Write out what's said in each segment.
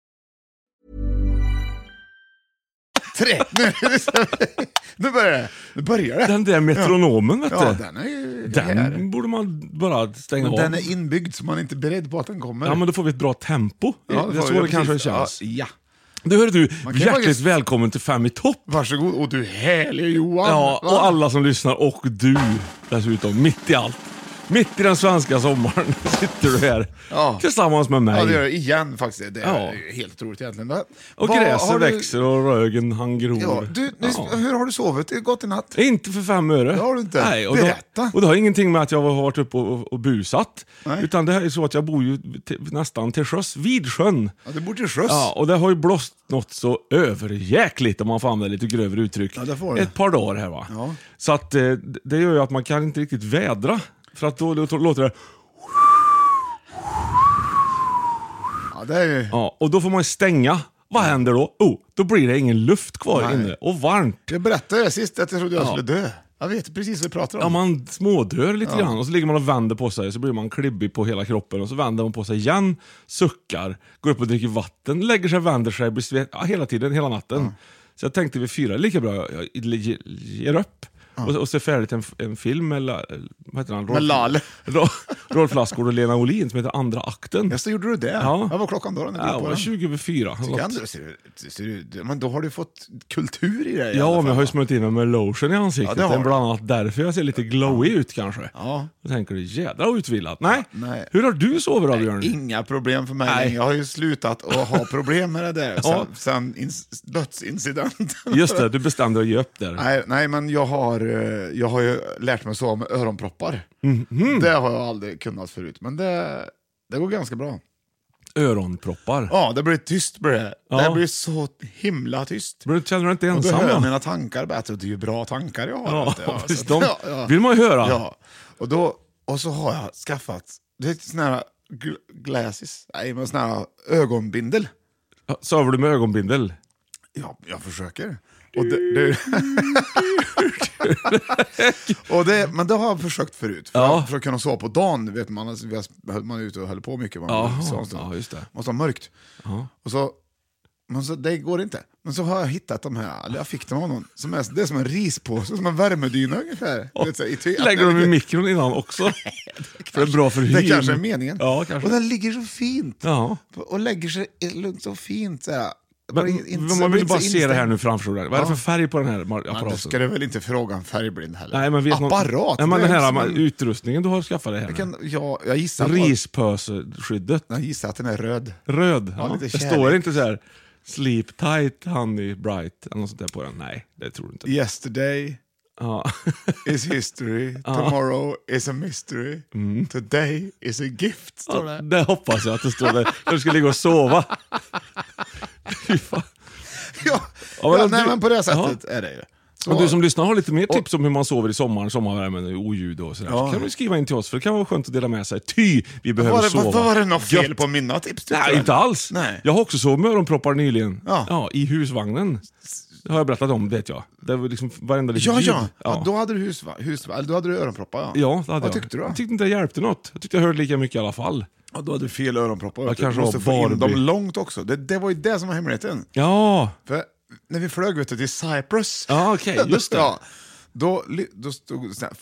Tre. Nu, nu börjar det. Nu börjar det. Den där metronomen vet du. Ja, den är ju Den här. borde man bara stänga Men av. den är inbyggd så man är inte beredd på att den kommer. Ja, men då får vi ett bra tempo. Ja, får det är vi, så det precis. kanske känns. Ja, ja. Du, hör du, Man kan ju hjärtligt faktiskt- välkommen till Fem i topp. Varsågod. Och du härlige Johan. Ja, Va? och alla som lyssnar och du dessutom, mitt i allt. Mitt i den svenska sommaren sitter du här Ja. tillsammans med mig. Ja, det gör det igen faktiskt. Det är Ja. ju helt otroligt egentligen. Va? Och Vad gräset har du- växer och rögen han gror. Ja, du, nu, Ja. Hur har du sovit? Gott i natt? Inte för fem öre. Det har du inte. Nej, och Berätta. Det, och det har ingenting med att jag har varit uppe och, och busat. Nej. Utan det här är så att jag bor ju till, nästan till sjöss, vid sjön. Ja, du bor till sjöss. Ja, och det har ju blåst något så överjäkligt, om man får använda lite grövre uttryck, Ja, det får det. ett par dagar här va. Ja. Så att eh, det gör ju att man kan inte riktigt vädra, för att då, då låter det... Ja, det är ju... Ja, och då får man ju stänga. Vad händer då? Oh, då blir det ingen luft kvar Nej. inne, och varmt. Jag berättade det sist att jag trodde jag Ja. skulle dö. Jag vet precis vad vi pratar om. Ja, man smådör lite grann och så ligger man och vänder på sig så blir man klibbig på hela kroppen och så vänder man på sig igen, suckar, går upp och dricker vatten, lägger sig, vänder sig, blir svet, ja, hela tiden, hela natten. Så jag tänkte vid fyra, lika bra jag, jag ge- ger upp och, och ser färdigt en, en film med, La- vad heter han? Rolf, Med Lal. Ro- Rolf Lassgård och Lena Olin som heter Andra akten. Jaså, gjorde du det? Ja. Vad var klockan då? då när du Ja, gick det på var den? 20 över fyra. Tycker jag ändå, ser du, ser du, men då har du fått kultur i dig. i alla Ja, fall, men jag har ju va? smörjt in mig med lotion i ansiktet. Ja, det har det är du. bland annat därför jag ser lite glowy ut kanske. Ja. Då tänker du, jädra vad utvillat. Nej. nej. hur har du sovit då Björn? Inga problem för mig. Nej. Jag har ju slutat att ha problem med det där sen, Ja. sen ins- dödsincidenten. Just det, du bestämde dig att ge upp där. Nej, nej, men jag har, eh, jag har ju lärt mig att sova med öronproppar. Mhm. Det har jag aldrig kunnat förut, men det, det går ganska bra. Öronproppar. Ja, det blir tyst blir det. Ja. Det blir så himla tyst. Men du känner dig inte Och då ensam hör jag va? mina tankar bättre. Det är ju bra tankar jag har. Ja, vet du. Ja, så precis. att- De ja, ja. vill man ju höra. Ja, och, då, och så har jag skaffat du vet, såna här gl- glasses, nej men såna här ögonbindel. Sover du med ögonbindel? Ja, jag försöker. Och det, det, och det, men det har jag försökt förut, för, Ja. att, för att kunna sova på dagen. du Vet man, alltså, vi har- man är ute och höll på mycket, man Jaha, sov en stund. ja, just det. måste ha mörkt. Och så, men så, det går inte. Men så har jag hittat de här, eller jag fick dem av någon, som är, det är som en rispåse, som en värmedyna ungefär. Du vet, så här, i te- Lägger dem i mikron innan också? för det är bra för hyn. Det kanske är meningen. Ja, kanske. Och den ligger så fint. Ja. Och lägger sig i- lugnt och fint. Så här. Men, Blir inte- men blir man vill inte bara så se det här instängd. nu framför dig. Vad är Ja. det för färg på den här mar- Men du apparaten? ska du väl inte fråga en färgblind heller? Nej, men vet någon- Apparat! Nej, men det den är här som en- utrustningen du har skaffat dig här jag, nu. kan, jag, jag, gissar på, Rispöseskyddet. jag gissar att den är röd. Röd. Ja, lite det kärlek. står inte så här sleep tight, honey bright eller något sånt där på den. Nej, det tror du inte. Yesterday, is history, tomorrow is a mystery, Mm. today is a gift. Står det. Det hoppas jag att det står där. De ska ligga och sova. Fy fan. Ja, Ja, ja, men nej, du- men på det sättet Ja. är det ju. Så- Om du som lyssnar har lite mer tips om hur man sover i sommaren, sommarvärmen, oljud och sådär, så kan du skriva in till oss för det kan vara skönt att dela med sig. Ty, vi behöver var, det, sova. var, var det något fel Gött. på mina tips? tyckte Nej, du? inte alls. Nej. Jag har också sovit med öronproppar nyligen. Ja. Ja. I husvagnen. Det har jag berättat om, vet jag. Det var liksom varenda litet Ja, ljud. ja. ja. Då hade du husva, husva, eller då hade du öronproppar. Ja, Ja, det hade Vad jag. tyckte du då? Jag tyckte inte det hjälpte något. Jag tyckte jag hörde lika mycket i alla fall. Ja, då hade du fel öronproppar. Jag vet du. kanske du måste var få in dem Barbie. långt också. Det, det var ju det som var hemligheten. Ja, För när vi flög vet du, till Cyprus, Ja, okej, just det. ja, då, li- då stod såna här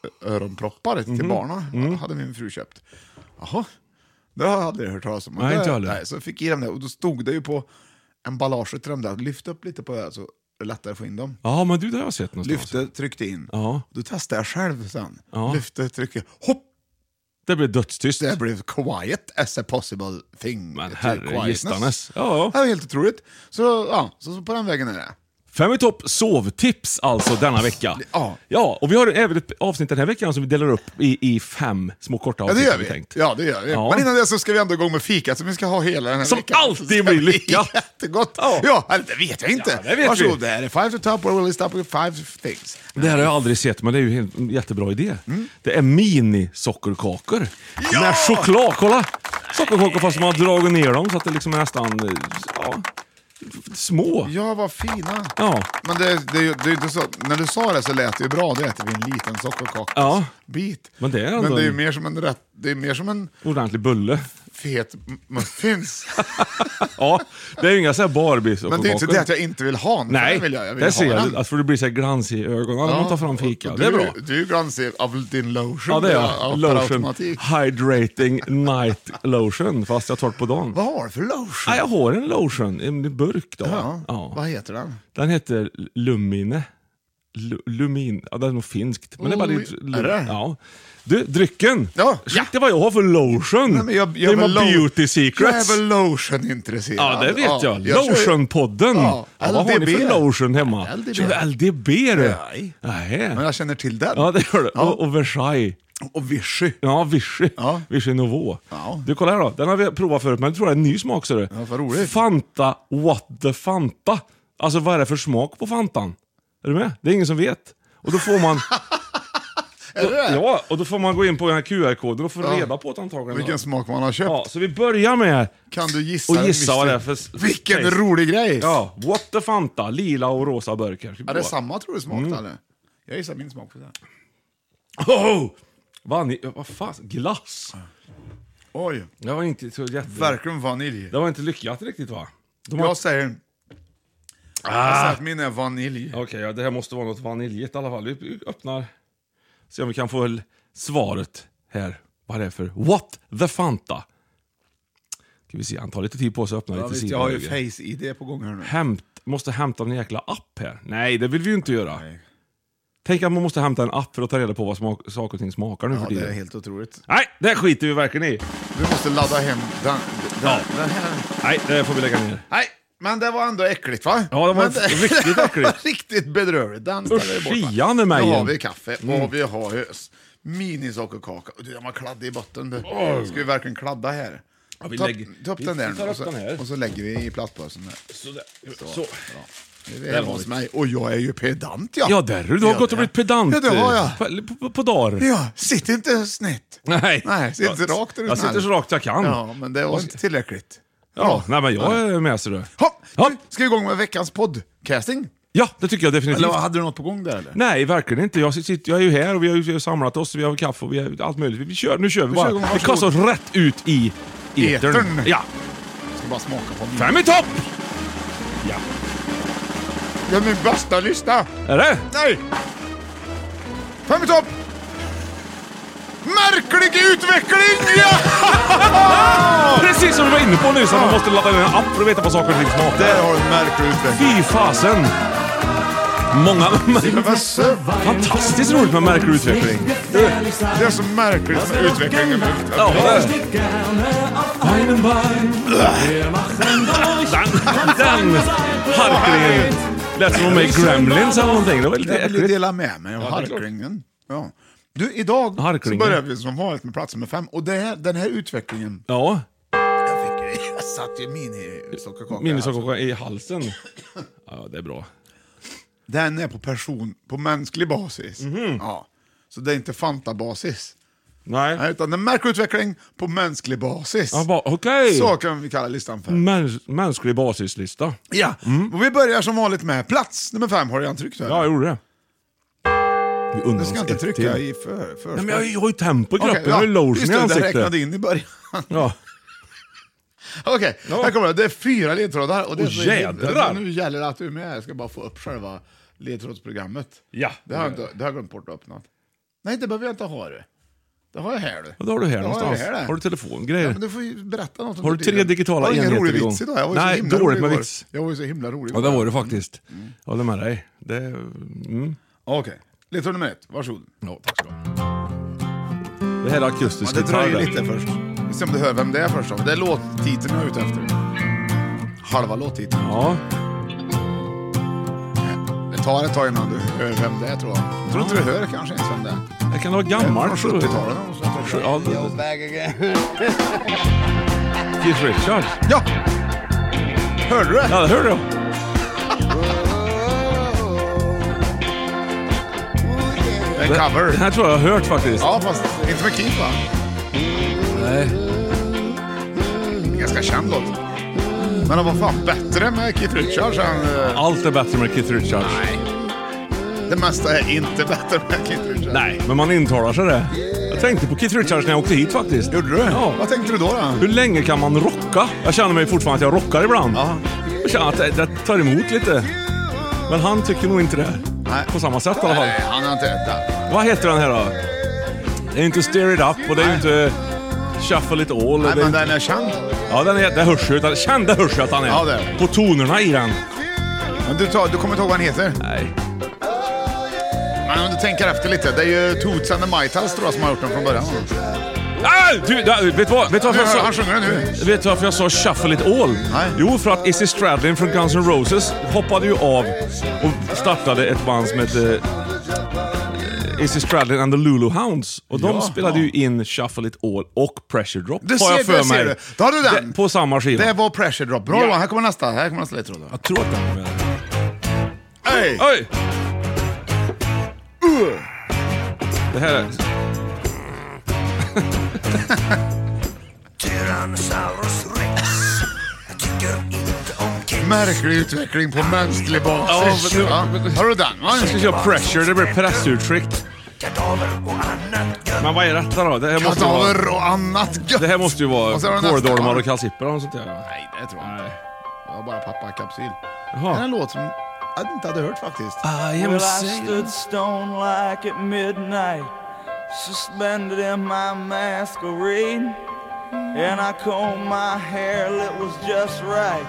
flygplansöronproppar Mhm. till barnen. Mm. hade min fru köpt. Jaha, det har jag aldrig hört talas om. Och Nej, det- inte jag heller. nej, Så fick jag i dem där och då stod det ju på emballaget till dem där, lyft upp lite på det här så är det lättare att få in dem. ja men du, det har jag sett någonstans. Lyfte, tryckte in. Ja. Då testade jag själv sen. Ja. Lyfte, tryckte, hopp! Det blev dödstyst. Det blev quiet as a possible thing. Men Till herre quietness. gistanes. Ja, Det ja. var helt otroligt. Så, ja, så, så på den vägen är det. Fem i topp sovtips alltså denna vecka. Ja. ja, och vi har även ett avsnitt den här veckan som vi delar upp i, i fem små korta Ja, det avsnitt. gör har vi. tänkt. Ja, det gör vi. Ja. Men innan det så ska vi ändå igång med fika som vi ska ha hela den här Som veckan. alltid Så ska blir det bli lyckat. Jättegott. Ja. Ja. eller det vet jag inte. Ja, det vet Varsågod, vi. det här är Five to top where we'll stop with five things. Det här har jag aldrig sett, men det är ju helt- en jättebra idé. Mm. Det är mini-sockerkakor med choklad. Kolla! Sockerkakor fast man har dragit ner dem så att det liksom är nästan eh, ja, små. Ja, vad fina. Ja. Men det, det, är ju- det, är ju inte så, när du sa det så lät det ju bra. Då äter vi en liten Ja. sockerkakasbit. Men det är ändå Men det är ju en- mer som en, rätt, det är mer som en Ordentlig bulle. fet m- muffins. Ja, det är ju inga så här Barbie-sockerkakor. Men det är ju inte det att jag inte vill ha den. för Nej, den vill jag, jag vill det ha ser jag. den. Att för det blir så här glans i ögonen när man tar fram fika. och Det är du- bra. Du är glansig av din lotion. Ja, det är av- jag. per Lotion. automatik. Hydrating night lotion, fast jag tar det på dagen. Vad har du för lotion? Ja, jag har en lotion, en burk då. Ja. Ja. Vad heter den? Den heter Lumine. Lu- Lumin, ja, det är nog finskt. Men det är bara Oj, lite... är det? Ja. Du, drycken! Ja. Shit, det vad jag har för lotion! Nej, men jag- det är jag mina väl lo- beauty secrets! Jag är väl lotion-intresserad. Ja, det vet jag. kör ju- Lotionpodden! Ja, Ja, vad har ni LDB. för lotion hemma? LDB. Kör du LDB du? Nej. Nej. Men jag känner till den. Ja, det gör du. Ja. Och, och Versailles. Och Vichy. Ja, Vichy. Ja. Vichy Nouveau. Ja. Du, kolla här då. Den har vi provat förut, men jag tror det är en ny smak. ser du. Ja, vad roligt. Fanta What the Fanta. Alltså, vad är det för smak på Fantan? Är du med? Det är ingen som vet. Och då får man... Är det det? ja, och då får man gå in på den här QR-koden och få reda på det antagligen. Vilken smak man har köpt. Ja, så vi börjar med... Kan du gissa? Och den gissa vad det är mystery? för... Vilken taste. rolig grej! Ja, What the Fanta. Lila och rosa burkar. Är det samma tror du smak mm. eller? Jag gissar min smak på den. Oh! Vanilj... Vad fan? Glass? Oj, Det var inte så jätte... verkligen vanilj. Det var inte lyckat riktigt va? De har- Jag säger... Ah. Jag säger att min är vanilj. Okej, ja, det här måste vara något vaniljigt i alla fall. Vi öppnar. Se om vi kan få l- svaret här. Vad det är för What the Fanta? Ska vi se, han tar lite tid på sig att öppna Jag, lite visst, sidor. jag har ju face-id på gång här nu. Hämt, måste hämta en jäkla app här. Nej, det vill vi ju inte göra. Tänk att man måste hämta en app för att ta reda på vad smak, saker och ting smakar nu Ja, för det tiden. är helt otroligt. Nej, det här skiter vi verkligen i. Du måste ladda hem den, den, Ja. den här. Nej, det här får vi lägga ner. Nej, men det var ändå äckligt va? Ja, det var men riktigt det var äckligt. riktigt bedrövligt. Den ställer vi bort. va? Usch, Mm. med mig Nu har igen. vi kaffe och vi har ju s- minisockerkaka. Och Du, den var kladdig i botten. Du. Ska vi verkligen kladda här? vi ta, lägger- ta upp vi- den där vi tar nu, upp och, så, den här. och så lägger vi i plastpåsen. Där. Sådär. Så. Bra. Det är Där hemma var hos vi. mig. Och jag är ju pedant jag. Ja, där du. Du har Ja, gått och där. blivit pedant. eh. Ja, det har jag. På, på, på dagar. Ja, sitt inte snett. Nej. Nej, sitt inte rakt. är du Jag snäll. sitter så rakt jag kan. Ja, men det var inte tillräckligt. Ja, nej men jag är med ser du. Hopp, Ja. nu ska vi igång med veckans podcasting. Ja, det tycker jag definitivt. Eller hade du något på gång där eller? Nej, verkligen inte. Jag, sitter, jag är ju här och vi har ju samlat oss, vi har kaffe och vi har allt möjligt. Vi kör, nu kör vi Vi kör bara. igång, Vi kastar oss rätt ut i etern. Etern. Ja. Jag ska bara smaka på min. Fem i topp! Ja. Det är min bästa lista! Är det? Nej! Fem i topp! Märklig utveckling! Ja! Precis som vi var inne på nyss, att man måste ladda ner en app för att veta vad saker och ting smakar. Där har du en märklig utveckling. Fy fasen! Många... Fantastiskt roligt med märklig utveckling. Det är så märkligt med utvecklingen. Ja, där. Den, den harklingen. Lät som hon var med i Gremlins eller någonting. Det var lite Jag vill äckligt. dela med mig av Ja, det är klart. harklingen. Ja. Du, idag Harklingen. så börjar vi som vanligt med plats nummer fem. Och det här, den här utvecklingen... Ja, Jag, fick, ju- jag satt ju minisockerkaka. minisockerkaka i halsen. Ja, det är bra. Den är på person, på mänsklig basis. Mhm. Ja. Så det är inte Fanta-basis. Nej. Nej, Utan det är märkutveckling på mänsklig basis. Ja, Mm. bara, okej. Så kan vi kalla listan för. Mäns- Mänsklig basislista. Ja, och vi börjar som vanligt med plats nummer fem. Har du redan tryckt här? Mm. Ja, jag gjorde det. Vi undrar Jag ska oss inte ett trycka till. i för, för Nej, men jag jag har ju tempo i Okej, kroppen, jag har ju just lotion i det, det räknade ansiktet. in i början. Ja. Okej, här kommer det. Det är fyra ledtrådar. Och det är Åh, så- jädrar! Nu gäller det att du är med. Jag ska bara få upp själva ledtrådsprogrammet. Ja. Det har jag, inte, det har jag glömt bort att öppna. Nej, det behöver jag inte ha. Det, det har jag här. Du. Ja, det har du här det någonstans. Har, jag här, har du Ja, telefongrejer? men du får ju berätta något om Har du tiden. tre digitala Det var ingen enheter rolig igång? vits idag. Jag var ju Nej, så himla dåligt rolig med igår. vits. Jag var ju så himla rolig. Ja, det igår. var det faktiskt. Mm. Jag håller med dig. Det, mm. Okej, ledtråd nummer ett. Varsågod. Ja, tack ska du ha. det här är Ja, akustisk det gitarr. dröjer lite först. Vi ser om du hör vem det är först. då. Det är låttiteln jag är ute efter. Halva låttiteln. Ja. Det tar ett tag innan du hör vem det är tror jag. Jag tror inte du hör kanske ens vem det är. Det kan vara Det är gammalt. Från tror jag. 70-talet. och så, tror jag. Ja, det- Keith Richards. Ja! Hörde du det? Ja, det hörde jag. Det är en Den cover. här tror jag jag har hört faktiskt. Ja, fast inte med Keith va? Nej. En ganska känd låt. Men den var fan bättre med Keith Richards än... eh, Allt är bättre med Keith Richards. Det mesta är inte bättre med Keith Richards. Nej, men man intalar sig det. Jag tänkte på Keith Richards när jag åkte hit faktiskt. Gjorde du? Ja. Vad tänkte du då? då? Hur länge kan man rocka? Jag känner mig fortfarande att jag rockar ibland. Jag känner att det, det tar emot lite. Men han tycker nog inte det. Nej. På samma sätt i alla fall. Nej, han har inte ätit. Vad heter den här då? Det är inte Steer It Up och det är ju inte Shuffle It Nej, All. det är men inte- den är känd. Ja, den är, det hörs ju. utan- Känn, det hörs ju att han är. Ja, det är. På tonerna i den. Men du, tar, du kommer inte ihåg vad han heter? Nej. Men om du tänker efter lite, det är ju Toots and the Mightiles tror jag som har gjort den från början. Nej, du, du, vet du vad? Vet du varför Nu, jag sa... han sjunger den nu. Vet du varför jag sa Shuffle It All? Nej. Jo, för att Izzy Stradlin från Guns N' Roses hoppade ju av och startade ett band som hette eh, Izzy Stradlin and the Lulu Hounds. Och de Jaha. spelade ju in Shuffle It All och Pressure Drop. Du har jag ser, för du ser mig. du. Då har du den. Det- På samma skiva. Det var Pressure Drop. Bra Ja. Johan, här kommer nästa. Här kommer nästa ledtråd. Jag tror att den var med. Hej! Oj! Det här är... Märklig utveckling på mänsklig basis. Ja, Ja, men- Har du den? va? Jag ska köra Pressure, det blir pressuttryck. Men vad är detta då? Det här måste ju vara... Kadaver och annat gött. Det här måste ju vara Och så har du nästa, kåldolmar va? och kalsipper och sånt där. Nej, det tror jag inte. Jag har bara pappa kapsyl. Det Jaha. här är en låt som jag inte hade hört faktiskt. I am saying... stone like at midnight, suspended in my masquerade. And I combed my hair, it was just right.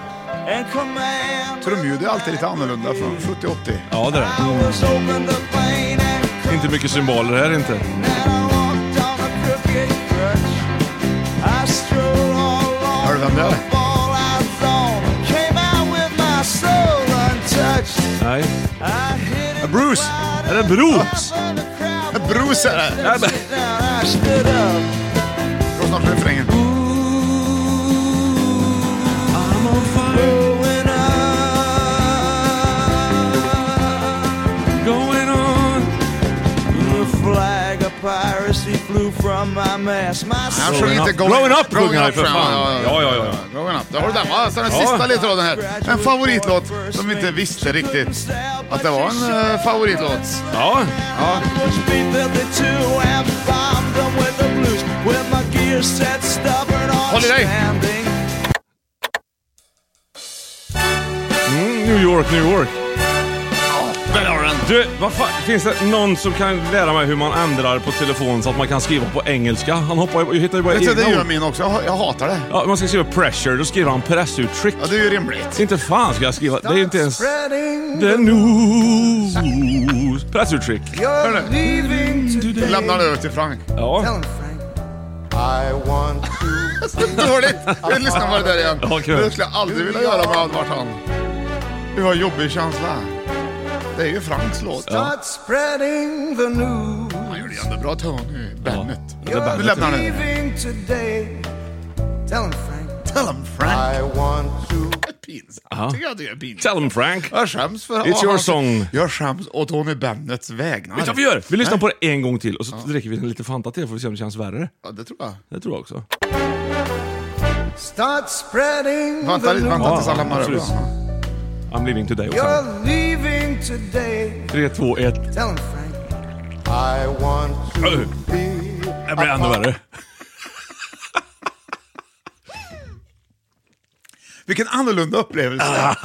And command. Trumljud är alltid lite annorlunda från 70-80. Ja, det är det. was open to pain and Inte mycket symboler här inte. then I walked on a crooked crutch. I strolled all Hör du vem det är? the fallout zone. Came out with my soul untouched. Nej. I hit it Bruce! Är det Bruce? from the crowd. Bruce är det! Nej, men- Down, I stood up. Dra snart refrängen. Going on. Going on. The flag of piracy flew from my mast. My Han soul sjunger inte Growing Up sjunger han ju för Fram. fan. Ja, ja, ja. Growing Up. Där har du den va? Sen den sista ledtråden här. En favoritlåt som inte visste riktigt att det var en eh, favoritlåt. Ja. was B-52 and bombed them with the blues. With my gear set stubborn on Håll i dig. standing. Mm, New York, New York. Där har du den! Du, vad fan? Finns det någon som kan lära mig hur man ändrar på telefon så att man kan skriva på engelska? Han hoppar ju, jag hittar ju bara Vet du, det egna gör ord. min också. Jag, jag hatar det. Ja, man ska skriva pressure, då skriver han pressuttryck. Ja, det är ju rimligt. Inte fan ska jag skriva. Det är ju inte ens... The news. Pressuttryck. Hör du? Lämnar det över till Frank. Ja. Dåligt! Jag lyssnar på det där igen. Ja, kul. Det skulle jag aldrig vilja göra om jag hade varit han. Det var en jobbig känsla. Det är ju Franks låt. Ja. spreading the news. Han gjorde jättebra Tony Bennett. Ja, det är Vi Bennett. lämnar den. Leaving today. Tell him, Frank. Tell him Frank. I want to. Pinsamt. Tycker jag det är pinsamt. Tell them Frank. Jag skäms för It's Ja, your han- song. Jag skäms å Tony Bennetts vägnar. Vet du vad vi gör? Vi lyssnar på det en gång till och så dricker vi en liten Fanta till för att se om det känns värre. Ja, det tror jag. Det tror jag också. Start spreading Vänta lite, vänta tills Ja, alla mår absolut. bra. I'm leaving today också. You're leaving today. 3, 2, 1. Tell him, Frank. I want to Ö, be. Det blir ännu värre. Vilken annorlunda upplevelse.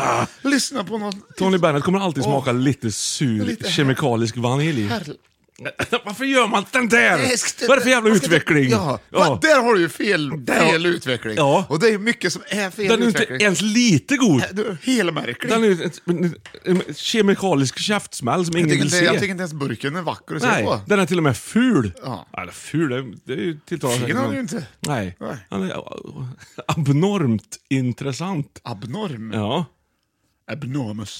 Lyssna på något. Tony Bennett kommer alltid smaka Åh. lite sur Lite här- kemikalisk vanilj. Herre- Varför gör man den där? Jag ska- Vad är det för jävla jag ska- utveckling? Ja. Va, där har du ju fel, Där har- fel utveckling. Ja. Och det är ju mycket som är fel Den är ju inte utveckling. Äh, ens lite god. Du är helmärklig. Den är ju ett- en- en kemikalisk käftsmäll som jag, ingen tycker vill inte, jag tycker se. inte ens burken är vacker att se Nej, på. den är till och med ful. Ja. Eller ful, det är, det är ju tilltalande. Fin säkert, är men- den ju inte. Nej. Nej. Han är uh, abnormt intressant. Abnorm. Ja. Abnormous.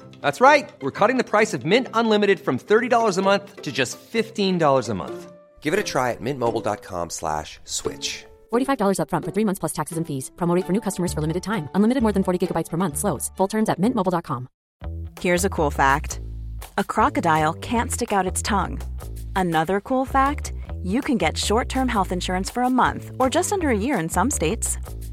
That's right. We're cutting the price of Mint Unlimited from $30 a month to just $15 a month. Give it a try at mintmobile.com slash switch. $45 upfront for three months plus taxes and fees. Promo rate for new customers for limited time. Unlimited more than 40 gigabytes per month. Slows. Full terms at mintmobile.com. Here's a cool fact a crocodile can't stick out its tongue. Another cool fact you can get short term health insurance for a month or just under a year in some states.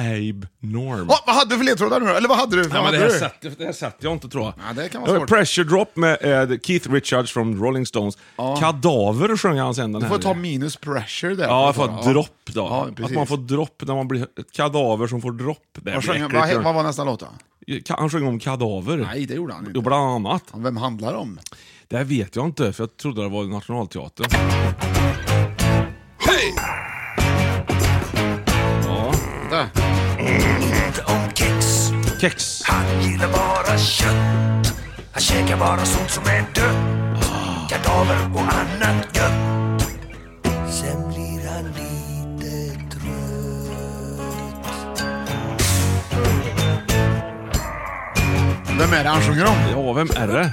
Abe Norm. Ja, vad hade du för ledtrådar nu då? Eller vad hade du? Vad Nej, men hade det, här du? sätter, det här sätter jag inte tror jag. Ja, det kan vara var svårt. Pressure Drop med eh, Keith Richards från Rolling Stones. Kadaver sjöng han sen den Du här. får ta minus pressure där. Ja, jag får ja. dropp då. Ja, att precis. man får dropp när man blir ett kadaver som får dropp. Det blir Vad, sjöng, äckligt, vad, gör vad han. var nästa låt då? Han sjöng om kadaver. Nej, det gjorde han Jo, inte. bland annat. Vem handlar det om? Det här vet jag inte, för jag trodde det var Nationalteatern. Vänta. Kex. Vem är det han sjunger om? Ja, vem är det?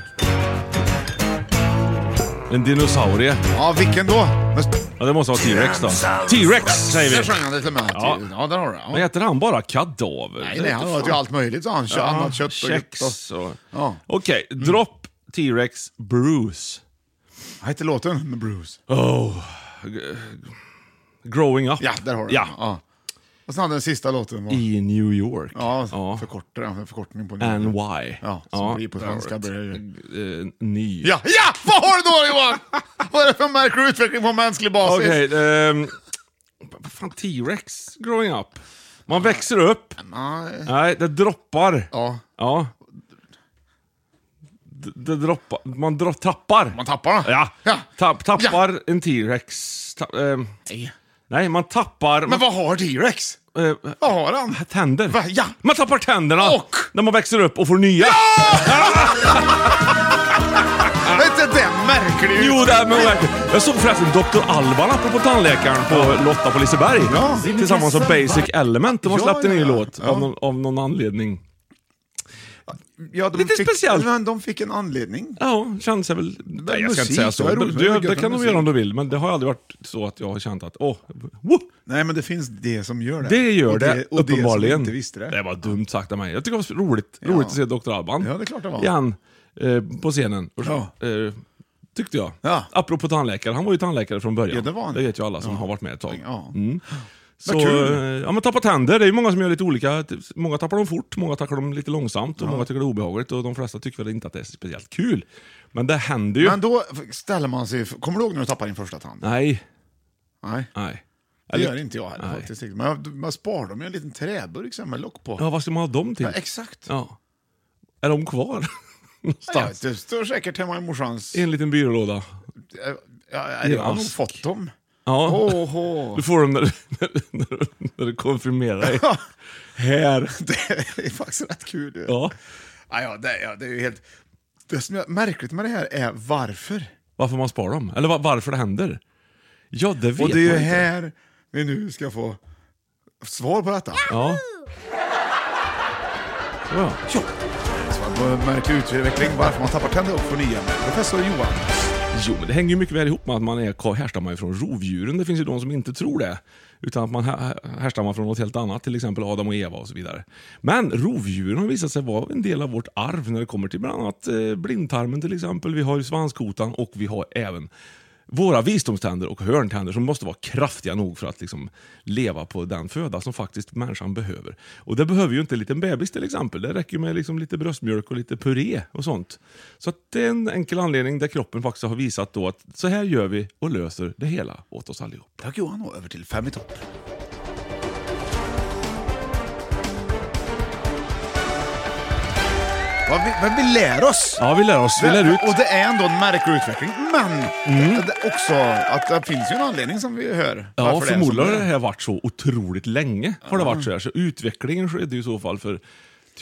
En dinosaurie. Ja, vilken då? Men, Ja, det måste vara T-Rex då. T-Rex säger där vi! sjöng han det till mig. Ja, ja där har du det. Men Ja. heter han bara kadaver? Nej, nej, Det vet han inte åt ju fan. allt möjligt så han. Kö- Ja, Annat kött och gött. och- kex och... Ja. Okej, dropp T-Rex Bruce. Vad hette låten med Bruce? Oh. Growing up. Ja, där har du ja. den. Ja. Och sen hade den sista låten. Var, I New York. ja, förkortar den. Förkortning på And why. Mm. Ja, som blir på där svenska har du blir ett, eh, Ny. Ja, ja! Vad har du då Johan? Vad är det för märklig utveckling på mänsklig basis? Okej, ehm... Vad fan, T-Rex growing up? Man växer upp. Nej. Nej, det droppar. Ja. Ja. det droppar, man dro, tappar. Man tappar den. Ja. Ja. Tapp, tappar en T-rex. Ta, ehm, Nej. nej, man tappar... Men vad har T-Rex? eh, Vad har han? Tänder. Va? Ja. Man tappar tänderna Och? när man växer upp och får nya. Är inte den märklig? Jo, det är man verkligen. Jag såg förresten Dr. Alban, apropå tandläkaren, på Lotta på Liseberg. Ja. Tillsammans med Basic Element. De har Ja, släppt en ny ja, ja. låt Ja. av, någon, av någon anledning. Ja, de Lite fick, speciellt. Men de fick en anledning. Ja, känns jag väl... Nej, jag ska inte musik, säga så. det är roligt, Det, det, det är det gött kan med de göra om de musik. vill, men det har aldrig varit så att jag har känt att åh, whoop, Nej, men det finns det som gör det. det gör Och det, och som uppenbarligen. inte visste det. var dumt sagt av mig. Jag tycker det var roligt, roligt att se Dr. Alban Ja, det är klart det var. igen eh, på scenen. Och, Ja. eh, tyckte jag. Ja. Apropå tandläkare, han var ju tandläkare från början. Ja, det var han. vet ju alla som har varit med ett tag. Ja. Så, kul. eh, ja men tappa tänder, det är ju många som gör lite olika. Typ, Många tappar dem fort, många tappar dem lite långsamt och många tycker det är obehagligt och de flesta tycker väl inte att det är speciellt kul. Men det händer ju. Men då ställer man sig... Kommer du ihåg när du tappade din första tand? Nej, Nej. nej. Det gör inte jag heller Nej. faktiskt. Men jag, man sparar dem i en liten träburk sen med lock på. Ja, vad ska man ha dem till? Ja, exakt. Ja. Är de kvar? Ja, Någonstans? det står säkert hemma i morsans... I en liten byrålåda. Ja, ja, jag har nog ask. fått dem. Ja. Åh, åh. Du får dem när, när, du- när du konfirmerar dig. Här. Det är faktiskt rätt kul. ju. Ja. Ja, ja, det, ja, det är ju helt... Det som är märkligt med det här är varför. Varför man sparar dem? Eller va- varför det händer? Ja, det vet Och det är ju man inte. här vi nu ska få svar på detta. Ja. Så, ja. Så det var en märklig utveckling varför man tappar tänder och får nya. Professor Johan. Jo, men det hänger ju mycket väl ihop med att man är, härstammar ju från rovdjuren. Det finns ju de som inte tror det. Utan att man här- härstammar från något helt annat, till exempel Adam och Eva och så vidare. Men rovdjuren har visat sig vara en del av vårt arv när det kommer till bland annat eh, blindtarmen till exempel. Vi har ju svanskotan och vi har även våra visdomständer och hörntänder som måste vara kraftiga nog för att liksom leva på den föda som faktiskt människan behöver. Och det behöver ju inte en liten bebis till exempel. Det räcker ju med liksom lite bröstmjölk och lite puré och sånt. Så att det är en enkel anledning där kroppen faktiskt har visat då att så här gör vi och löser det hela åt oss allihop. Tack Johan och över till Fem i topp. Vad vi, vad vi lär oss. Ja, vi lär oss. Vi lär ut. Mm. Och det är ändå en märklig utveckling, men det är också att det finns ju en anledning som vi hör. Ja, varför det är förmodligen som har det det är. här varit så otroligt länge. Har det varit så här. Så utvecklingen skedde ju i så fall för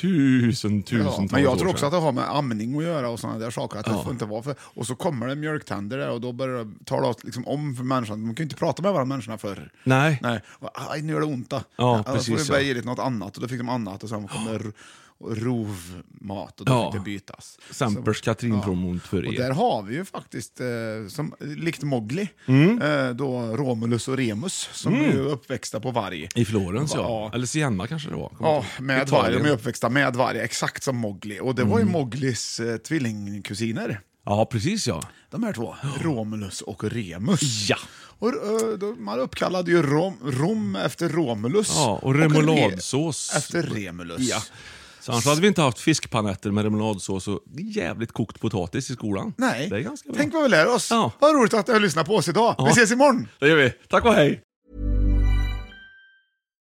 tusen, tusentals Ja, år men jag tror också sedan. att det har med amning att göra och sådana där saker. Att det får inte vara för, och så kommer det mjölktänder där och då börjar det tala liksom om för människan. De kan ju inte prata med varandra människorna förr. Nej. Nej. Och, Aj, nu gör det ont. då." Alltså, Ja, Då får precis, vi börja ja. ge det något annat och då fick de annat och sen kom det r- rovmat och då Ja. fick det bytas. Sempers Katrin-promont för Och er. där har vi ju faktiskt, eh, som, likt Mowgli, Mm. eh, då Romulus och Remus som är uppväxta på varg. I Florens ja. Ja. Eller Siena kanske det var. Kommer Ja, inte ihåg. med varg. Mm. Italien. Mm. De är uppväxta med varg, exakt som Mowgli. Och det var ju Mowglis eh, tvillingkusiner, Ja, precis ja. de här två. Romulus och Remus. Ja. Och, eh, då, man uppkallade ju Rom, Rom efter Romulus. Ja, och Re- remouladsås. Efter Remulus. ja. Så annars hade vi inte haft fiskpanetter med remouladsås och jävligt kokt potatis i skolan. Nej, Det är ganska bra. tänk vad vi lär oss. Ja. Vad roligt att du har lyssnat på oss idag. Vi ses imorgon. Det gör vi. Tack och hej!